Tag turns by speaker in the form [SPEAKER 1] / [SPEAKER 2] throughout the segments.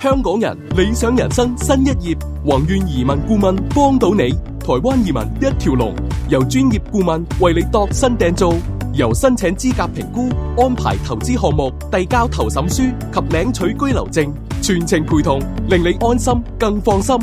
[SPEAKER 1] 香港人理想人生新一頁，宏願移民顧問幫到你，台灣移民一條龍，由專業顧問為你度身訂造，由申請資格評估、安排投資項目、遞交投審書及領取居留證，全程陪同，令你安心更放心。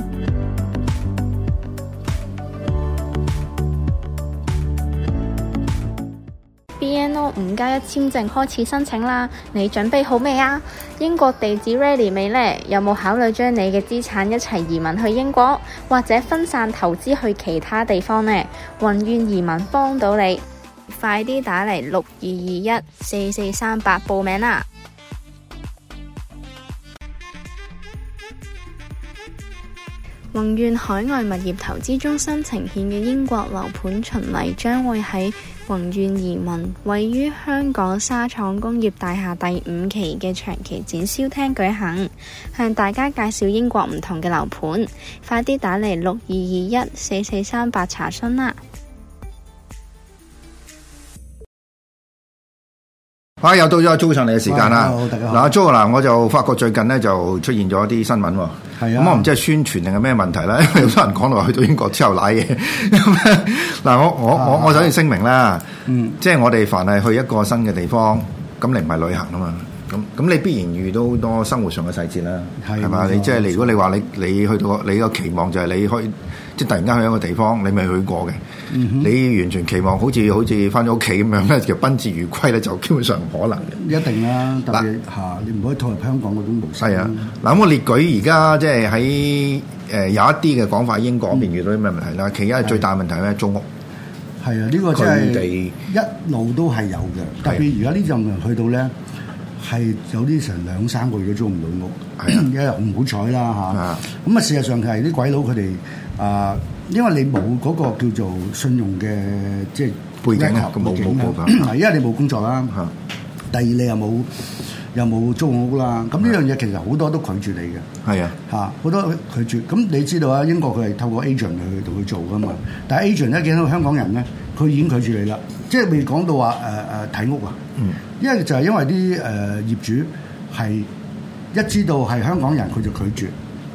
[SPEAKER 2] BNO 五加一簽證開始申請啦，你準備好未啊？英國地址 ready 未呢？有冇考慮將你嘅資產一齊移民去英國，或者分散投資去其他地方呢？宏願移民幫到你，快啲打嚟六二二一四四三八報名啦！宏願海外物業投資中心呈現嘅英國樓盤巡禮將會喺宏願移民位於香港沙廠工業大廈第五期嘅長期展銷廳舉行，向大家介紹英國唔同嘅樓盤。快啲打嚟六二二一四四三八查詢啦！
[SPEAKER 3] 啊，又到咗 Jo 上嚟嘅時間啦
[SPEAKER 4] 哇！大家好
[SPEAKER 3] 嗱，Jo 嗱，我就發覺最近咧就出現咗啲新聞喎。
[SPEAKER 4] 係啊
[SPEAKER 3] 咁我唔知係宣傳定係咩問題啦，因為有好多人講到話去到英國之後賴嘢。 嗱，我我我我首先聲明啦，
[SPEAKER 4] 嗯
[SPEAKER 3] 即係我哋凡係去一個新嘅地方，咁你唔係旅行啊嘛。咁咁你必然遇到好多生活上嘅細節啦，
[SPEAKER 4] 係
[SPEAKER 3] 係嘛？
[SPEAKER 4] 冇錯
[SPEAKER 3] 你即係你如果你話你你去到你個期望就係你去即係突然間去一個地方你未去過嘅，
[SPEAKER 4] 嗯
[SPEAKER 3] 你完全期望好似好似翻咗屋企咁樣咧，就賓至如歸咧，就基本上唔可能嘅。
[SPEAKER 4] 一定啦，特別嚇你唔可以套入香港嗰種模式。
[SPEAKER 3] 係啊，嗱咁我列舉而家即係喺誒有一啲嘅講法，英國嗰邊遇到啲咩問題啦？其一係最大問題咧，租屋
[SPEAKER 4] 係啊，呢個真
[SPEAKER 3] 佢
[SPEAKER 4] 係
[SPEAKER 3] 哋
[SPEAKER 4] 一路都係有嘅，特
[SPEAKER 3] 係
[SPEAKER 4] 別而家呢陣人去到咧。係有啲成兩三個月都租唔到屋，
[SPEAKER 3] 係啊
[SPEAKER 4] 因為唔好彩啦
[SPEAKER 3] 啊
[SPEAKER 4] 嚇。咁啊，事實上係啲鬼佬佢哋啊，因為你冇嗰個叫做信用嘅即係
[SPEAKER 3] 背景啊
[SPEAKER 4] record，
[SPEAKER 3] 冇
[SPEAKER 4] 背景
[SPEAKER 3] 冇
[SPEAKER 4] 啊
[SPEAKER 3] 冇 冇
[SPEAKER 4] 因為你冇工作啦。
[SPEAKER 3] 嚇
[SPEAKER 4] 第二你又冇又冇租屋啦，咁呢樣嘢其實好多都拒絕你嘅。
[SPEAKER 3] 係啊，
[SPEAKER 4] 嚇好多拒絕。咁你知道啊，英國佢係透過 agent 去到去做噶嘛。但係 agent 咧見到香港人咧，佢已經拒絕你啦，即係未講到話誒誒睇屋啊。
[SPEAKER 3] 嗯，
[SPEAKER 4] 因為就係因為啲誒、呃、業主係一知道係香港人，佢就拒絕，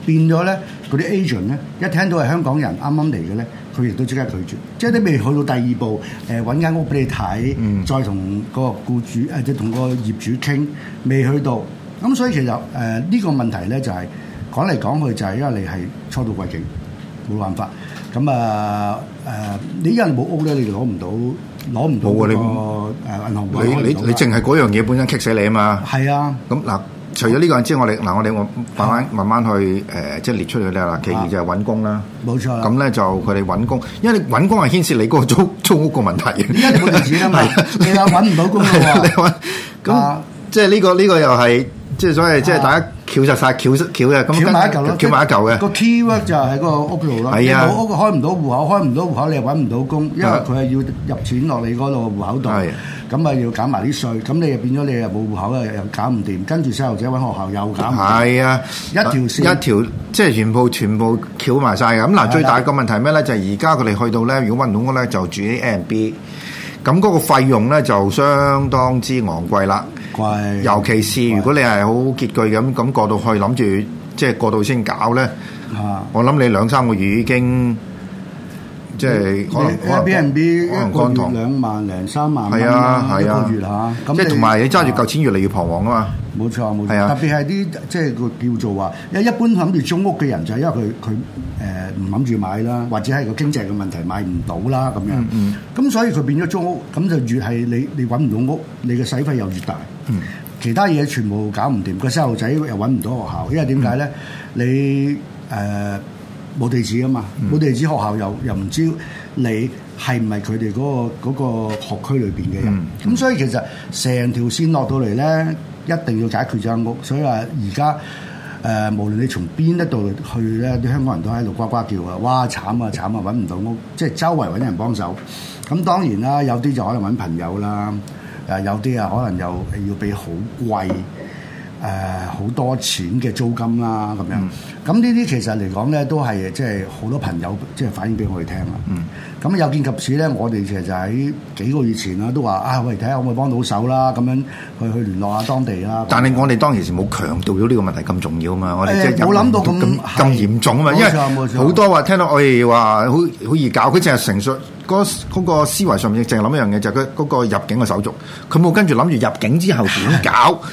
[SPEAKER 4] 變咗咧嗰啲 agent 咧一聽到係香港人啱啱嚟嘅咧，佢亦都即刻拒絕。即係你未去到第二步，誒揾間屋俾你睇，
[SPEAKER 3] 嗯
[SPEAKER 4] 再同個僱主誒即係同個業主傾，未去到。咁所以其實誒呃呢、個問題咧就係、講嚟講去就係因為你係初到貴境，冇辦法。咁啊誒，你因為冇屋咧，你就攞唔到攞唔到
[SPEAKER 3] 冇啊你
[SPEAKER 4] 個誒銀行戶口
[SPEAKER 3] 你你
[SPEAKER 4] 攞唔到
[SPEAKER 3] 你
[SPEAKER 4] 啦
[SPEAKER 3] 淨係嗰樣嘢本身棘死你啊嘛。
[SPEAKER 4] 係啊，
[SPEAKER 3] 咁嗱，除咗呢個之外，我哋嗱我哋我慢慢慢慢去誒，即係列出佢啦。嗱，其二就係揾工啦。
[SPEAKER 4] 啊冇啊錯啦。
[SPEAKER 3] 咁咧就佢哋揾工，因為你揾工係牽涉你嗰個 租租屋個問題嘅。
[SPEAKER 4] 而家你冇地址啦嘛，你又揾唔到工 嘅
[SPEAKER 3] 係啊你
[SPEAKER 4] 喎。
[SPEAKER 3] 揾咁
[SPEAKER 4] 啊
[SPEAKER 3] 即係呢個呢個又係即係所謂即係大家翹實晒翹實翹嘅咁，
[SPEAKER 4] 翹埋一嚿咯，
[SPEAKER 3] 翹埋一嚿
[SPEAKER 4] 個
[SPEAKER 3] 嘅。
[SPEAKER 4] key word 就喺個屋度咯。
[SPEAKER 3] 係啊
[SPEAKER 4] 你冇屋開唔到戶口，開唔到戶口你又揾唔到工，因為
[SPEAKER 3] 啊
[SPEAKER 4] 佢係要入錢落你嗰度戶口度
[SPEAKER 3] 係，
[SPEAKER 4] 咁啊要減埋啲稅，咁你又變咗你又冇戶口啊，又搞唔掂，跟住細路仔揾學校又搞唔掂。
[SPEAKER 3] 係啊，
[SPEAKER 4] 一條線
[SPEAKER 3] 一條即係全部全部翹埋晒嘅。咁嗱，最大個問題係咩咧？就係而家佢哋去到咧，如果揾唔到屋咧，就住啲 M&B。咁嗰個費用咧就相當之昂貴啦。
[SPEAKER 4] 貴，
[SPEAKER 3] 尤其是如果你係好拮據咁，咁過到去諗住即係過到先搞咧，
[SPEAKER 4] 啊。
[SPEAKER 3] 我諗你兩三個月已經即係可能可能
[SPEAKER 4] Airbnb
[SPEAKER 3] 可能
[SPEAKER 4] ờ, 一個
[SPEAKER 3] 乾
[SPEAKER 4] 月
[SPEAKER 3] 塘。
[SPEAKER 4] 兩萬零三萬蚊
[SPEAKER 3] 係啊
[SPEAKER 4] 啦，一
[SPEAKER 3] 係啊
[SPEAKER 4] 個月嚇，，咁
[SPEAKER 3] 即係同埋你
[SPEAKER 4] Ờ.
[SPEAKER 3] 揸住嚿錢越嚟越彷徨啊嘛。
[SPEAKER 4] 冇錯冇錯，
[SPEAKER 3] 係啊
[SPEAKER 4] 特別係啲即係個叫做話，因為一般諗住租屋嘅人就係因為佢佢誒唔諗住買啦，或者係個經濟嘅問題買唔到啦咁樣，
[SPEAKER 3] 嗯
[SPEAKER 4] 咁、所以佢變咗租屋，咁就越係你你揾唔到屋，你嘅使費又越大。
[SPEAKER 3] 嗯
[SPEAKER 4] 其他嘢全部搞唔掂，個細路仔又揾唔到學校，因為點解咧？你誒呃冇、地址啊嘛，
[SPEAKER 3] 嗯
[SPEAKER 4] 冇地址學校又又唔知你係唔係佢哋嗰個嗰、個學區裏邊嘅人，
[SPEAKER 3] 嗯
[SPEAKER 4] 咁、所以其實成條線落到嚟咧，一定要解決咗間屋，所以話而家。誒、無論你從邊一度去咧，啲香港人都喺度呱呱叫啊！哇，慘啊慘啊，揾唔到屋，即係周圍揾人幫手。咁當然啦，有呃啲就可能揾朋友啦，誒有啲啊可能又要俾好貴誒誒好多錢嘅租金啦咁樣。
[SPEAKER 3] 嗯
[SPEAKER 4] 咁呢啲其實嚟講咧，都係即係好多朋友即係反映俾我哋聽啦。
[SPEAKER 3] 嗯
[SPEAKER 4] 咁有見及此咧，我哋其實喺幾個月前啦，都話啊，喂，睇下可唔可以幫到手啦，咁樣去去聯絡下當地啦。
[SPEAKER 3] 但係我哋當其時冇強調到呢個問題咁重要啊嘛，我哋
[SPEAKER 4] 誒
[SPEAKER 3] 即係有
[SPEAKER 4] 冇諗到咁
[SPEAKER 3] 咁
[SPEAKER 4] 係
[SPEAKER 3] 咁嚴重啊嘛，因為
[SPEAKER 4] 冇錯冇錯
[SPEAKER 3] 好多話聽到我哋話好好易搞，佢淨係成述嗰嗰個思維上面淨係諗一樣嘢，就係佢嗰個入境嘅手續，佢冇跟住諗住入境之後點搞。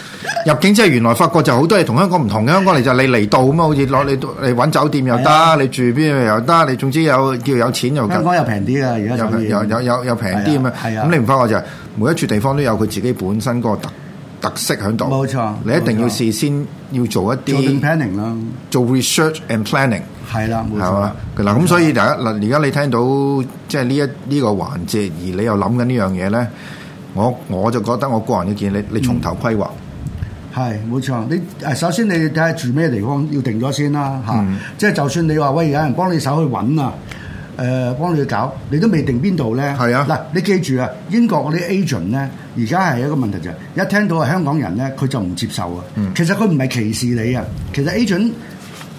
[SPEAKER 3] 入境之後原來發覺就好多嘢同香港唔同，香港嚟就你嚟到咁啊，好似攞你你揾酒店又
[SPEAKER 4] 係啊
[SPEAKER 3] 得，你住邊度又得，你總之有叫有錢又
[SPEAKER 4] 香港又平啲啊，而家
[SPEAKER 3] 有
[SPEAKER 4] 酒店
[SPEAKER 3] 有有有有平啲咁樣，
[SPEAKER 4] 係啊係啊
[SPEAKER 3] 咁你唔發覺就係每一處地方都有佢自己本身嗰個特特色喺度。
[SPEAKER 4] 冇錯
[SPEAKER 3] 你一定要
[SPEAKER 4] 冇錯
[SPEAKER 3] 事先要做一
[SPEAKER 4] 做
[SPEAKER 3] 啲
[SPEAKER 4] 定 planning 啦，
[SPEAKER 3] 做 research and planning
[SPEAKER 4] 係啦，冇
[SPEAKER 3] 係
[SPEAKER 4] 錯
[SPEAKER 3] 嘛。？嗱咁所以大家嗱，而家你聽到即係呢一呢個環節，而你又諗緊呢樣嘢咧，我我就覺得我個人嘅建議，你你從頭規劃。
[SPEAKER 4] 係冇錯，你誒首先你睇下住咩地方要定咗先啦嚇，
[SPEAKER 3] 嗯
[SPEAKER 4] 即係就算你話喂有人幫你手去揾啊，誒、幫你去搞，你都未定邊度咧？
[SPEAKER 3] 係啊
[SPEAKER 4] 嗱你記住啊，英國嗰啲 agent 咧，而家係一個問題就係、一聽到係香港人咧，佢就唔接受啊。
[SPEAKER 3] 嗯
[SPEAKER 4] 其實佢唔係歧視你啊，其實 agent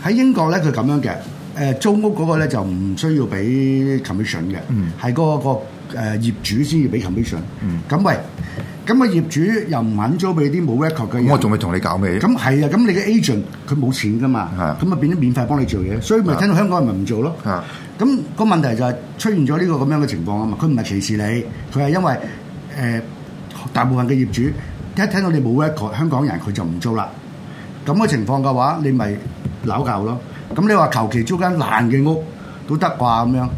[SPEAKER 4] 喺英國咧佢咁樣嘅，誒、呃租屋嗰個咧就唔需要俾 commission 嘅，
[SPEAKER 3] 嗯
[SPEAKER 4] 係嗰、個、誒業主先要俾 commission。咁、喂，咁啊業主又唔肯租俾啲冇 record 嘅人
[SPEAKER 3] 咁我仲未同你搞咩？
[SPEAKER 4] 嗯咁係啊，咁你嘅 agent 佢冇錢噶嘛
[SPEAKER 3] 係啊，
[SPEAKER 4] 咁啊變咗免費幫你做嘢，所以咪
[SPEAKER 3] 係啊
[SPEAKER 4] 聽到香港人咪唔做咯
[SPEAKER 3] 係啊。
[SPEAKER 4] 咁個問題就係出現咗呢個咁樣嘅情況啊嘛，佢唔係歧視你，佢係因為誒、呃大部分嘅業主一聽到你冇 record 香港人佢就唔租啦。咁嘅情況嘅話，你咪鬧教咯。咁你話求其租間爛嘅屋都得啩咁樣？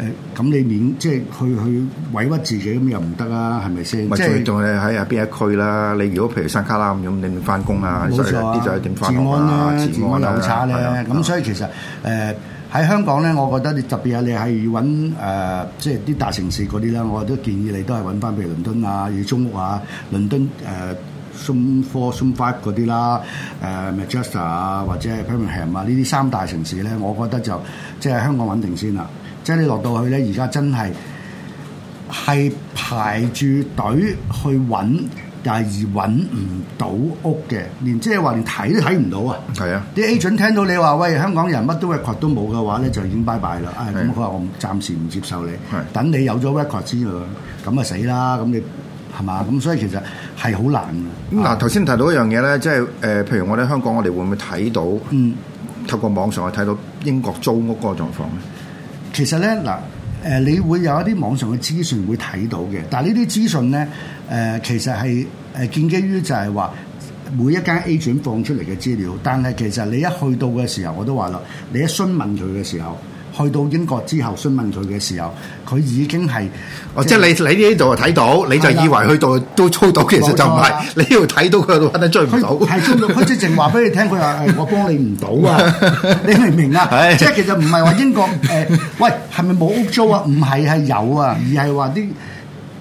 [SPEAKER 4] 誒咁你免即係去去委屈自己咁又唔得啊，係咪先？
[SPEAKER 3] 咪
[SPEAKER 4] 即
[SPEAKER 3] 最
[SPEAKER 4] 係
[SPEAKER 3] 仲你喺啊邊一區啦？你如果譬如山卡拉咁，你咪翻工啊？
[SPEAKER 4] 冇錯啊
[SPEAKER 3] 啲就係點翻
[SPEAKER 4] 治
[SPEAKER 3] 學啊
[SPEAKER 4] 安？咧，治安又好差咧
[SPEAKER 3] 係啊。
[SPEAKER 4] 咁所以其實誒喺、香港咧，我覺得你特別係你係要揾誒、即係啲大城市嗰啲啦，我都建議你都係揾翻譬如倫敦啊、要中屋啊、倫敦誒。Sum Four、Sum Five 嗰啲啦，誒、Manchester 啊，或者係 Birmingham 啊，呢啲三大城市咧，我覺得就即係香港穩定先啦。即係你落到去咧，而家真係〜係排住隊去揾，但係而揾唔到屋嘅，連即係話連睇都睇唔到啊！
[SPEAKER 3] 係啊。
[SPEAKER 4] 啲 agent 聽到你話喂香港人乜都 record 都冇嘅話咧，就已經拜拜啦！唉，咁
[SPEAKER 3] 係
[SPEAKER 4] 佢話我唔暫時唔接受你
[SPEAKER 3] 係，
[SPEAKER 4] 等你有咗 record 先啦，咁啊死啦！咁你係嘛？咁所以其實係好難
[SPEAKER 3] 咁
[SPEAKER 4] 嘅。
[SPEAKER 3] 嗱，頭先提到一樣嘢咧，即係誒、呃譬如我哋香港，我哋會唔會睇到
[SPEAKER 4] 嗯。
[SPEAKER 3] 透過網上去睇到英國租屋嗰個狀況咧？
[SPEAKER 4] 其實咧嗱，誒、你會有一啲網上嘅資訊會睇到嘅，但係呢啲資訊咧，誒、其實係誒建基於就係話每一間 agent 放出嚟嘅資料，但係其實你一去到嘅時候，我都話啦，你一詢問佢嘅時候，去到英國之後詢問佢嘅時候，佢已經係
[SPEAKER 3] 哦，即係你你呢度睇到，你就以為去到都租到，其實就唔
[SPEAKER 4] 冇錯
[SPEAKER 3] 係
[SPEAKER 4] 啊。
[SPEAKER 3] 你呢度睇到佢度肯定追唔
[SPEAKER 4] 佢
[SPEAKER 3] 到。
[SPEAKER 4] 係中佢直情話俾你聽，佢 話誒我幫你唔到啊，你明唔明啊
[SPEAKER 3] 係？
[SPEAKER 4] 即係其實唔係話英國誒、喂係咪冇屋租啊？唔係係有啊，而係話啲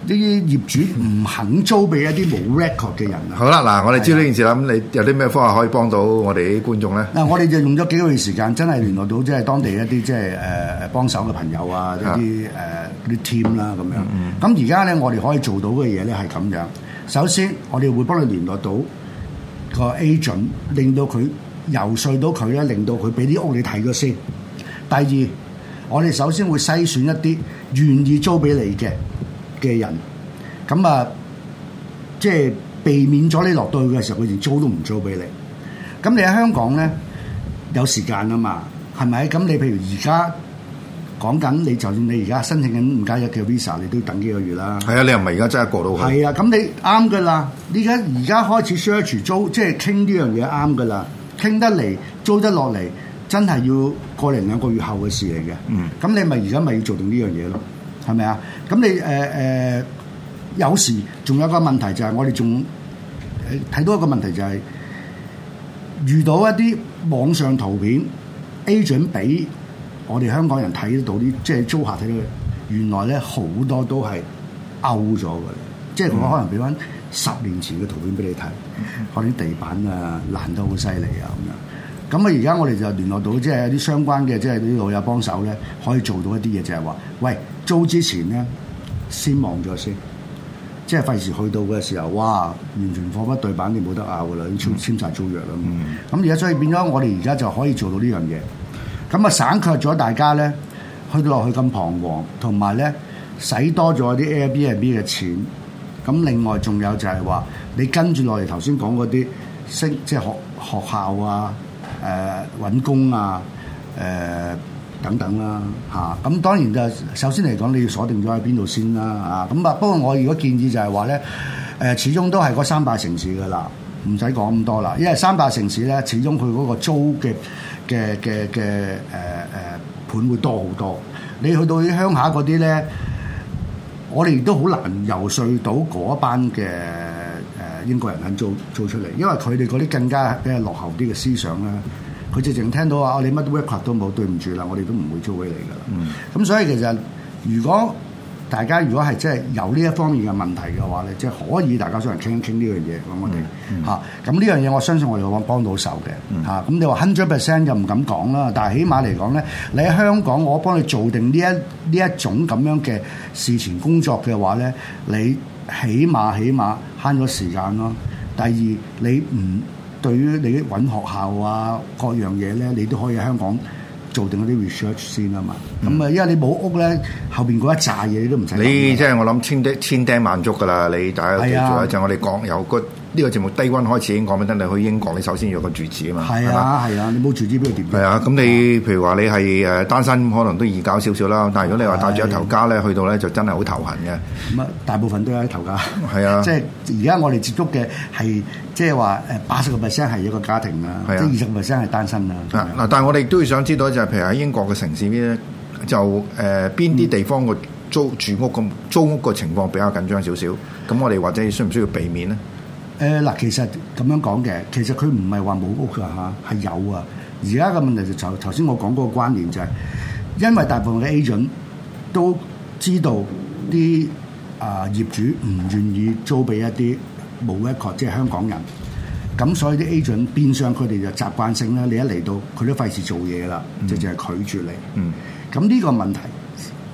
[SPEAKER 4] 啲業主唔肯租俾一啲冇 record 嘅人啊。
[SPEAKER 3] 好啦，嗱，我哋知道呢件事啦，咁你有啲咩方法可以幫到我哋啲觀眾咧？
[SPEAKER 4] 嗱，我哋就用咗幾個月時間，真係聯絡到即係當地一啲即係誒誒幫手嘅朋友啊，一啲誒啲 team 啦咁樣。咁而家咧，我哋可以做到嘅嘢咧係咁樣。首先，我哋會幫你聯絡到個 agent，令到佢游說到佢咧，令到佢俾啲屋你睇咗先。第二，我哋首先會篩選一啲願意租俾你嘅嘅人，咁啊，即係避免咗你落到去嘅時候，佢連租都唔租俾你。咁你喺香港咧有時間啊嘛，係咪？咁你譬如而家講緊，你就算你而家申請緊五加一嘅 visa，你都要等幾個月啦。
[SPEAKER 3] 係啊，你又唔係而家真係過到去。
[SPEAKER 4] 係啊，咁你啱噶啦。依家而家開始 search 租，即係傾呢樣嘢啱噶啦，傾得嚟，租得落嚟，真係要過零兩個月後嘅事嚟嘅。
[SPEAKER 3] 嗯，
[SPEAKER 4] 咁你咪而家咪要做定呢樣嘢咯，係咪啊？咁你誒誒、呃呃有時仲有一個問題就係我哋仲誒睇到一個問題就係、遇到一啲網上圖片 agent 俾我哋香港人睇得到啲，即係租客睇到嘅，原來咧好多都係 out 咗嘅，即係佢可能俾翻十年前嘅圖片俾你睇，可能啲地板啊爛得好犀利啊咁樣。咁啊，而家我哋就聯絡到即係有啲相關嘅，即係啲老友幫手咧，可以做到一啲嘢，就係話，喂，租之前咧先望咗先。即即係費事去到嘅時候，哇！完全貨不對版，你冇得拗噶啦，已經簽簽曬租約啦。咁而家所以變咗，我哋而家就可以做到呢樣嘢。咁啊，省卻咗大家咧，去到落去咁彷徨，同埋咧使多咗啲 Airbnb 嘅錢。咁另外仲有就係話，你跟住落嚟頭先講嗰啲升，即係學學校啊，誒、揾工啊，誒、等等啦嚇。咁、當然就首先嚟講，你要鎖定咗喺邊度先啦嚇。咁啊，不過我如果建議就係話咧，誒、始終都係嗰三大城市噶啦，唔使講咁多啦，因為三大城市咧，始終佢嗰個租嘅嘅嘅嘅誒誒盤會多好多。你去到啲鄉下嗰啲咧。我哋都好難游說到嗰班嘅誒、呃英國人肯做做出嚟，因為佢哋嗰啲更加比較落後啲嘅思想啦。佢直情聽到話、啊你乜 work card 都冇，對唔住啦，我哋都唔會租俾你噶啦。咁、所以其實如果大家如果係真係有呢一方面嘅問題嘅話咧，即係可以大家上嚟傾一傾呢樣嘢咁，我哋嚇咁呢樣嘢，我相信我哋會幫到手嘅嚇。咁、你話 hundred percent 就唔敢講啦，但係起碼嚟講咧，你喺香港，我幫你做定呢一呢一種咁樣嘅事前工作嘅話咧，你起碼起碼慳咗時間咯。第二，你唔對於你揾學校啊各樣嘢咧，你都可以喺香港。做定嗰啲 research 先啊嘛，咁啊、因為你冇屋咧，後邊嗰一扎嘢你都唔使諗㗎啦。
[SPEAKER 3] 你即係我諗千叮千叮萬足噶啦，你大家記住
[SPEAKER 4] 係
[SPEAKER 3] 啦，
[SPEAKER 4] 啊
[SPEAKER 3] 就係我哋講由個呢個節目低温開始已經講俾得你去英國，你首先要有個住址啊嘛，
[SPEAKER 4] 係
[SPEAKER 3] 係嘛？
[SPEAKER 4] 啊係啊，你冇住址邊度點啫？
[SPEAKER 3] 係啊，咁你譬如話你係誒單身，可能都易搞少少啦。但係如果你話帶住一頭家咧，去到咧就真係好頭痕嘅。
[SPEAKER 4] 咁啊，大部分都有喺頭家。
[SPEAKER 3] 係啊
[SPEAKER 4] 即係而家我哋接觸嘅係即係話誒八十個 percent 係一個家庭啦，即
[SPEAKER 3] 係啊
[SPEAKER 4] 係二十個 percent 係單身啊啦。
[SPEAKER 3] 嗱啊嗱，但係我哋都要想知道就係譬如喺英國嘅城市咧，就誒邊啲地方個租住屋咁租屋個情況比較緊張少少，咁我哋或者需唔需要避免咧？
[SPEAKER 4] 誒嗱，其實咁樣講嘅，其實佢唔係話冇屋㗎嚇，係有啊。而家嘅問題就頭頭先我講嗰個關聯就係、因為大部分嘅 agent 都知道啲啊、業主唔願意租俾一啲冇 record 即係香港人，咁所以啲 agent 變相佢哋就習慣性咧，你一嚟到佢都費事做嘢啦，就淨係拒絕你。
[SPEAKER 3] 嗯，
[SPEAKER 4] 咁呢個問題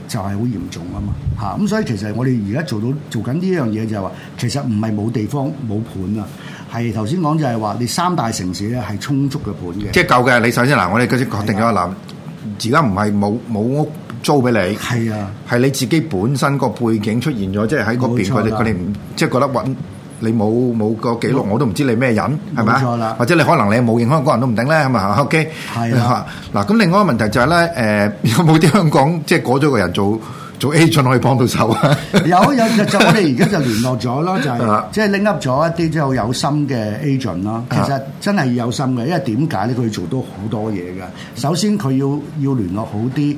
[SPEAKER 4] 就係好嚴重啊嘛嚇，咁、所以其實我哋而家做到做緊呢樣嘢就係話，其實唔係冇地方冇盤啊，係頭先講就係話你三大城市咧係充足嘅盤嘅，
[SPEAKER 3] 即係夠嘅。你首先嗱，我哋嗰先確定咗嗱，而家唔係冇冇屋租俾你，
[SPEAKER 4] 係啊，
[SPEAKER 3] 係你自己本身個背景出現咗，即係喺嗰邊
[SPEAKER 4] 冇錯
[SPEAKER 3] 佢哋
[SPEAKER 4] 啦
[SPEAKER 3] 佢哋唔即係覺得揾你冇冇個記錄，我都唔知你咩人，係咪
[SPEAKER 4] 冇錯啦
[SPEAKER 3] 或者你可能你冇認香港人都唔定咧，係 咪 OK，
[SPEAKER 4] 係啊
[SPEAKER 3] 嗱，咁另外一個問題就係咧，誒有 冇啲香港即係嗰咗個人做做 agent 可以幫到手啊？
[SPEAKER 4] 有有就 就我哋而家就聯絡咗啦，就
[SPEAKER 3] 啊
[SPEAKER 4] 係即係拎 up 咗一啲即係好有心嘅 agent 啦。其實真係要有心嘅，因為點解咧？佢要做到好多嘢嘅。首先佢要要聯絡好啲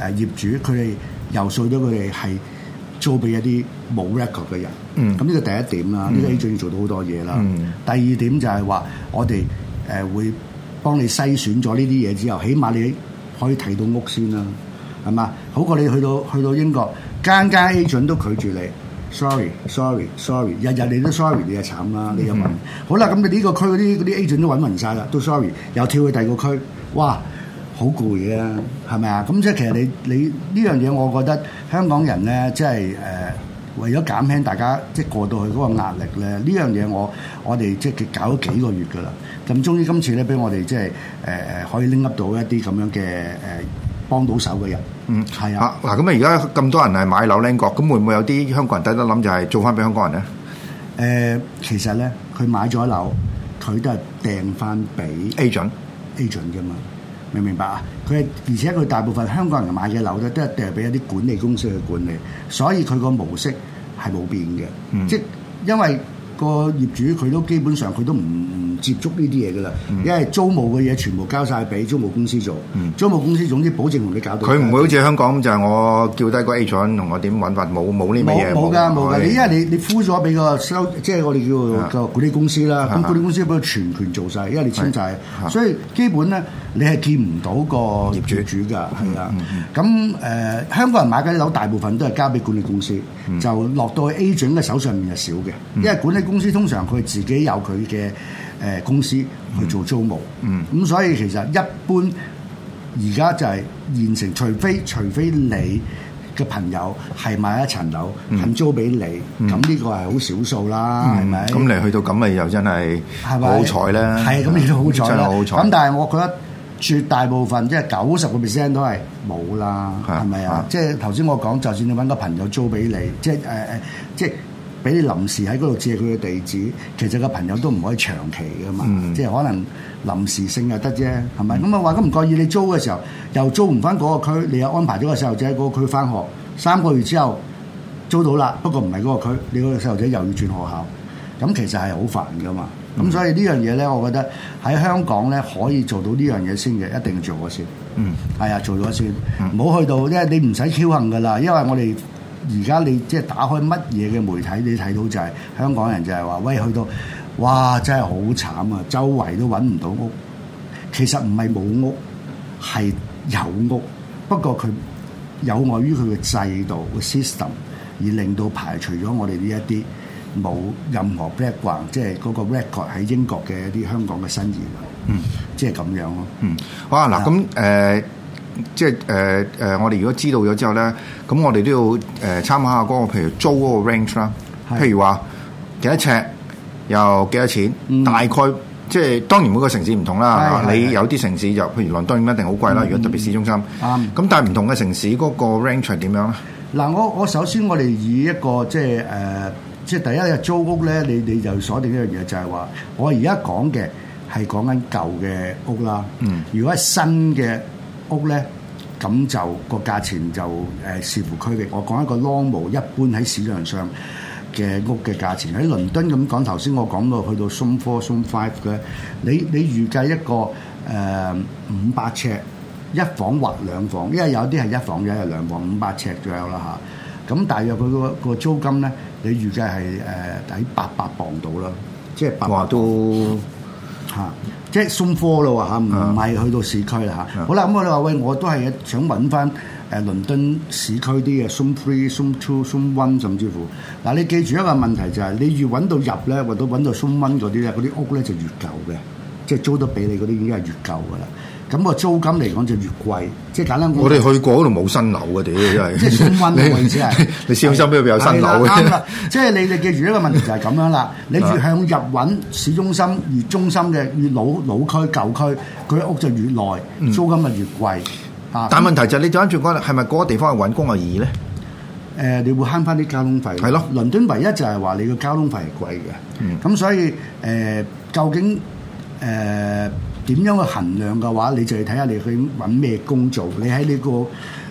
[SPEAKER 4] 誒業主，佢哋游說到佢哋係租俾一啲冇 record 嘅人。
[SPEAKER 3] 嗯
[SPEAKER 4] 咁呢個第一點啦，呢、個 agent 要做到好多嘢啦。
[SPEAKER 3] 嗯
[SPEAKER 4] 第二點就係話，我哋誒會幫你篩選咗呢啲嘢之後，起碼你可以睇到屋先啦，係嘛？好過你去到去到英國，間間 agent 都拒絕你。sorry，sorry，sorry，日日你都 sorry，你就慘啦，你又問。好啦，咁你呢個區嗰啲嗰啲 agent 都揾暈晒啦，都 sorry，又跳去第二個區，哇！好攰嘅，係咪啊？咁即係其實你你呢樣嘢，我覺得香港人咧，即係誒、呃為咗減輕大家即係過到去嗰個壓力咧，呢樣嘢我我哋即係搞咗幾個月㗎啦。咁終於今次咧，俾我哋即係誒誒可以拎 up 到一啲咁樣嘅誒、呃、幫到手嘅人。嗯，係啊。
[SPEAKER 3] 啊嗱，咁啊而家咁多人係買樓咧，英國咁會唔會有啲香港人得得諗就係做翻俾香港人
[SPEAKER 4] 誒、其實咧，佢買咗樓，佢都係掟翻俾
[SPEAKER 3] 咧？agent
[SPEAKER 4] agent 㗎嘛，明唔明白啊？佢而且佢大部分香港人買嘅樓咧，都係掉俾一啲管理公司去管理，所以佢個模式係冇變嘅，
[SPEAKER 3] 嗯
[SPEAKER 4] 即因為。個業主佢都基本上佢都唔唔接觸呢啲嘢㗎啦，
[SPEAKER 3] 嗯
[SPEAKER 4] 因為租務嘅嘢全部交晒俾租務公司做，租務公司總之保證同你搞到
[SPEAKER 3] 佢唔會好似香港咁就係我叫低個 agent 同我點揾法，冇冇呢味
[SPEAKER 4] 冇
[SPEAKER 3] 嘢
[SPEAKER 4] 冇㗎冇㗎，
[SPEAKER 3] 係
[SPEAKER 4] 你因為你你敷咗俾個收，即係我哋
[SPEAKER 3] 啊
[SPEAKER 4] 叫做個管理公司啦。
[SPEAKER 3] 啊
[SPEAKER 4] 咁管理公司俾佢全權做晒，因為你簽晒
[SPEAKER 3] 係啊，
[SPEAKER 4] 所以基本咧你係見唔到個業
[SPEAKER 3] 主嗯
[SPEAKER 4] 主㗎，係啊。咁誒香港人買緊樓大部分都係交俾管理公司，
[SPEAKER 3] 嗯
[SPEAKER 4] 就落到去 agent 嘅手上面就少嘅，因為管理公司通常佢自己有佢嘅誒公司去做租務，
[SPEAKER 3] 嗯
[SPEAKER 4] 咁所以其實一般。而家就係現成，除非除非你嘅朋友係買一層樓，
[SPEAKER 3] 嗯
[SPEAKER 4] 肯租俾你，咁呢個係好少數啦，係咪？
[SPEAKER 3] 咁你去到咁咪又真係
[SPEAKER 4] 係咪？
[SPEAKER 3] 好彩啦，
[SPEAKER 4] 係啊咁，你都好
[SPEAKER 3] 真
[SPEAKER 4] 彩
[SPEAKER 3] 係
[SPEAKER 4] 啦。
[SPEAKER 3] 好彩。
[SPEAKER 4] 咁但係我覺得絕大部分即係九十個 percent 都係冇啦，
[SPEAKER 3] 係啊
[SPEAKER 4] 係咪
[SPEAKER 3] 係啊
[SPEAKER 4] 啊？即係頭先我講，就算你揾個朋友租俾你，即係誒誒，即係。俾你臨時喺嗰度借佢嘅地址，其實個朋友都唔可以長期噶嘛，
[SPEAKER 3] 嗯
[SPEAKER 4] 即係可能臨時性又得啫，係咪？咁啊話咁唔覺意你租嘅時候又租唔翻嗰個區，你又安排咗個細路仔喺嗰個區翻學，三個月之後租到啦，不過唔係嗰個區，你嗰個細路仔又要轉學校，咁其實係好煩噶嘛。咁所以呢樣嘢咧，我覺得喺香港咧可以做到呢樣嘢先嘅，一定要做咗先。
[SPEAKER 3] 嗯，
[SPEAKER 4] 係啊，做咗先，唔好去到，因為你唔使僥幸噶啦，因為我哋。而家你即係打開乜嘢嘅媒體，你睇到就係、香港人就係話，喂，去到哇，真係好慘啊！周圍都揾唔到屋，其實唔係冇屋，係有屋，不過佢有礙於佢嘅制度嘅 system，而令到排除咗我哋呢一啲冇任何 background，即係嗰個 record 喺英國嘅一啲香港嘅新移民，嗯，即係咁樣咯。
[SPEAKER 3] 嗯，好啊，嗱，咁誒，即係誒誒，我哋如果知道咗之後咧，咁我哋都要誒參考下嗰個譬如租嗰個 range 啦，
[SPEAKER 4] 係
[SPEAKER 3] 譬如話幾多尺，又幾多錢，
[SPEAKER 4] 嗯
[SPEAKER 3] 大概。即係當然每個城市唔同啦，
[SPEAKER 4] 係係嗯
[SPEAKER 3] 你
[SPEAKER 4] 係
[SPEAKER 3] 有啲城市就譬如倫敦一定好貴啦，如果特別市中心。
[SPEAKER 4] 啱
[SPEAKER 3] 咁但係唔同嘅城市嗰個 range 係點樣咧？
[SPEAKER 4] 嗱，我我首先我哋以一個即係誒，即係第一日租屋咧，你你就鎖定一樣嘢就係話，我而家講嘅係講緊舊嘅屋啦。
[SPEAKER 3] 嗯，
[SPEAKER 4] 如果係新嘅屋咧，咁就個價錢就誒、呃、視乎區域。我講一個 normal 一般喺市場上嘅屋嘅價錢，喺倫敦咁講，頭先我講到去到 Zone Four、Zone Five 嘅，你你預計一個誒五百尺。一房或兩房，因為有啲係一房，有啲係兩房，五百尺左右啦嚇。咁大約佢個個租金咧，你預計係誒喺八百磅度啦，即係八百
[SPEAKER 3] 哇，都
[SPEAKER 4] 嚇，即係送科咯喎嚇，
[SPEAKER 3] 啊
[SPEAKER 4] 唔係去到市區啦
[SPEAKER 3] 啊
[SPEAKER 4] 嚇。好啦，咁我哋話喂，我都係想揾翻誒倫敦市區啲嘅 Zone Three、Zone Two、Zone One 甚至乎嗱，你記住一個問題就係、你越揾到入咧，或者揾到 Zone One 嗰啲咧，嗰啲屋咧就越舊嘅，即係租得俾你嗰啲已經係越舊噶啦。咁、個租金嚟講就越貴，即係簡單講
[SPEAKER 3] 我哋去過嗰度冇新樓嘅，屌真係。
[SPEAKER 4] 即係送温嘅意思
[SPEAKER 3] 你。
[SPEAKER 4] 係
[SPEAKER 3] 你小心俾佢有新樓
[SPEAKER 4] 啊係啦啱
[SPEAKER 3] 嘅
[SPEAKER 4] 啦。，即係你你記住一個問題就係咁樣啦。你越向入揾市中心，越中心嘅越老老區舊區，佢屋就越耐，租金咪越貴。啊，
[SPEAKER 3] 但問題就係你調翻轉講，係咪嗰個地方係揾工係易咧？
[SPEAKER 4] 誒、你會慳翻啲交通費。
[SPEAKER 3] 係咯
[SPEAKER 4] 倫敦唯一就係話你個交通費係貴嘅。
[SPEAKER 3] 嗯
[SPEAKER 4] 咁、所以誒、究竟誒點、樣去衡量嘅話，你就要睇下你去揾咩工做。你喺呢、個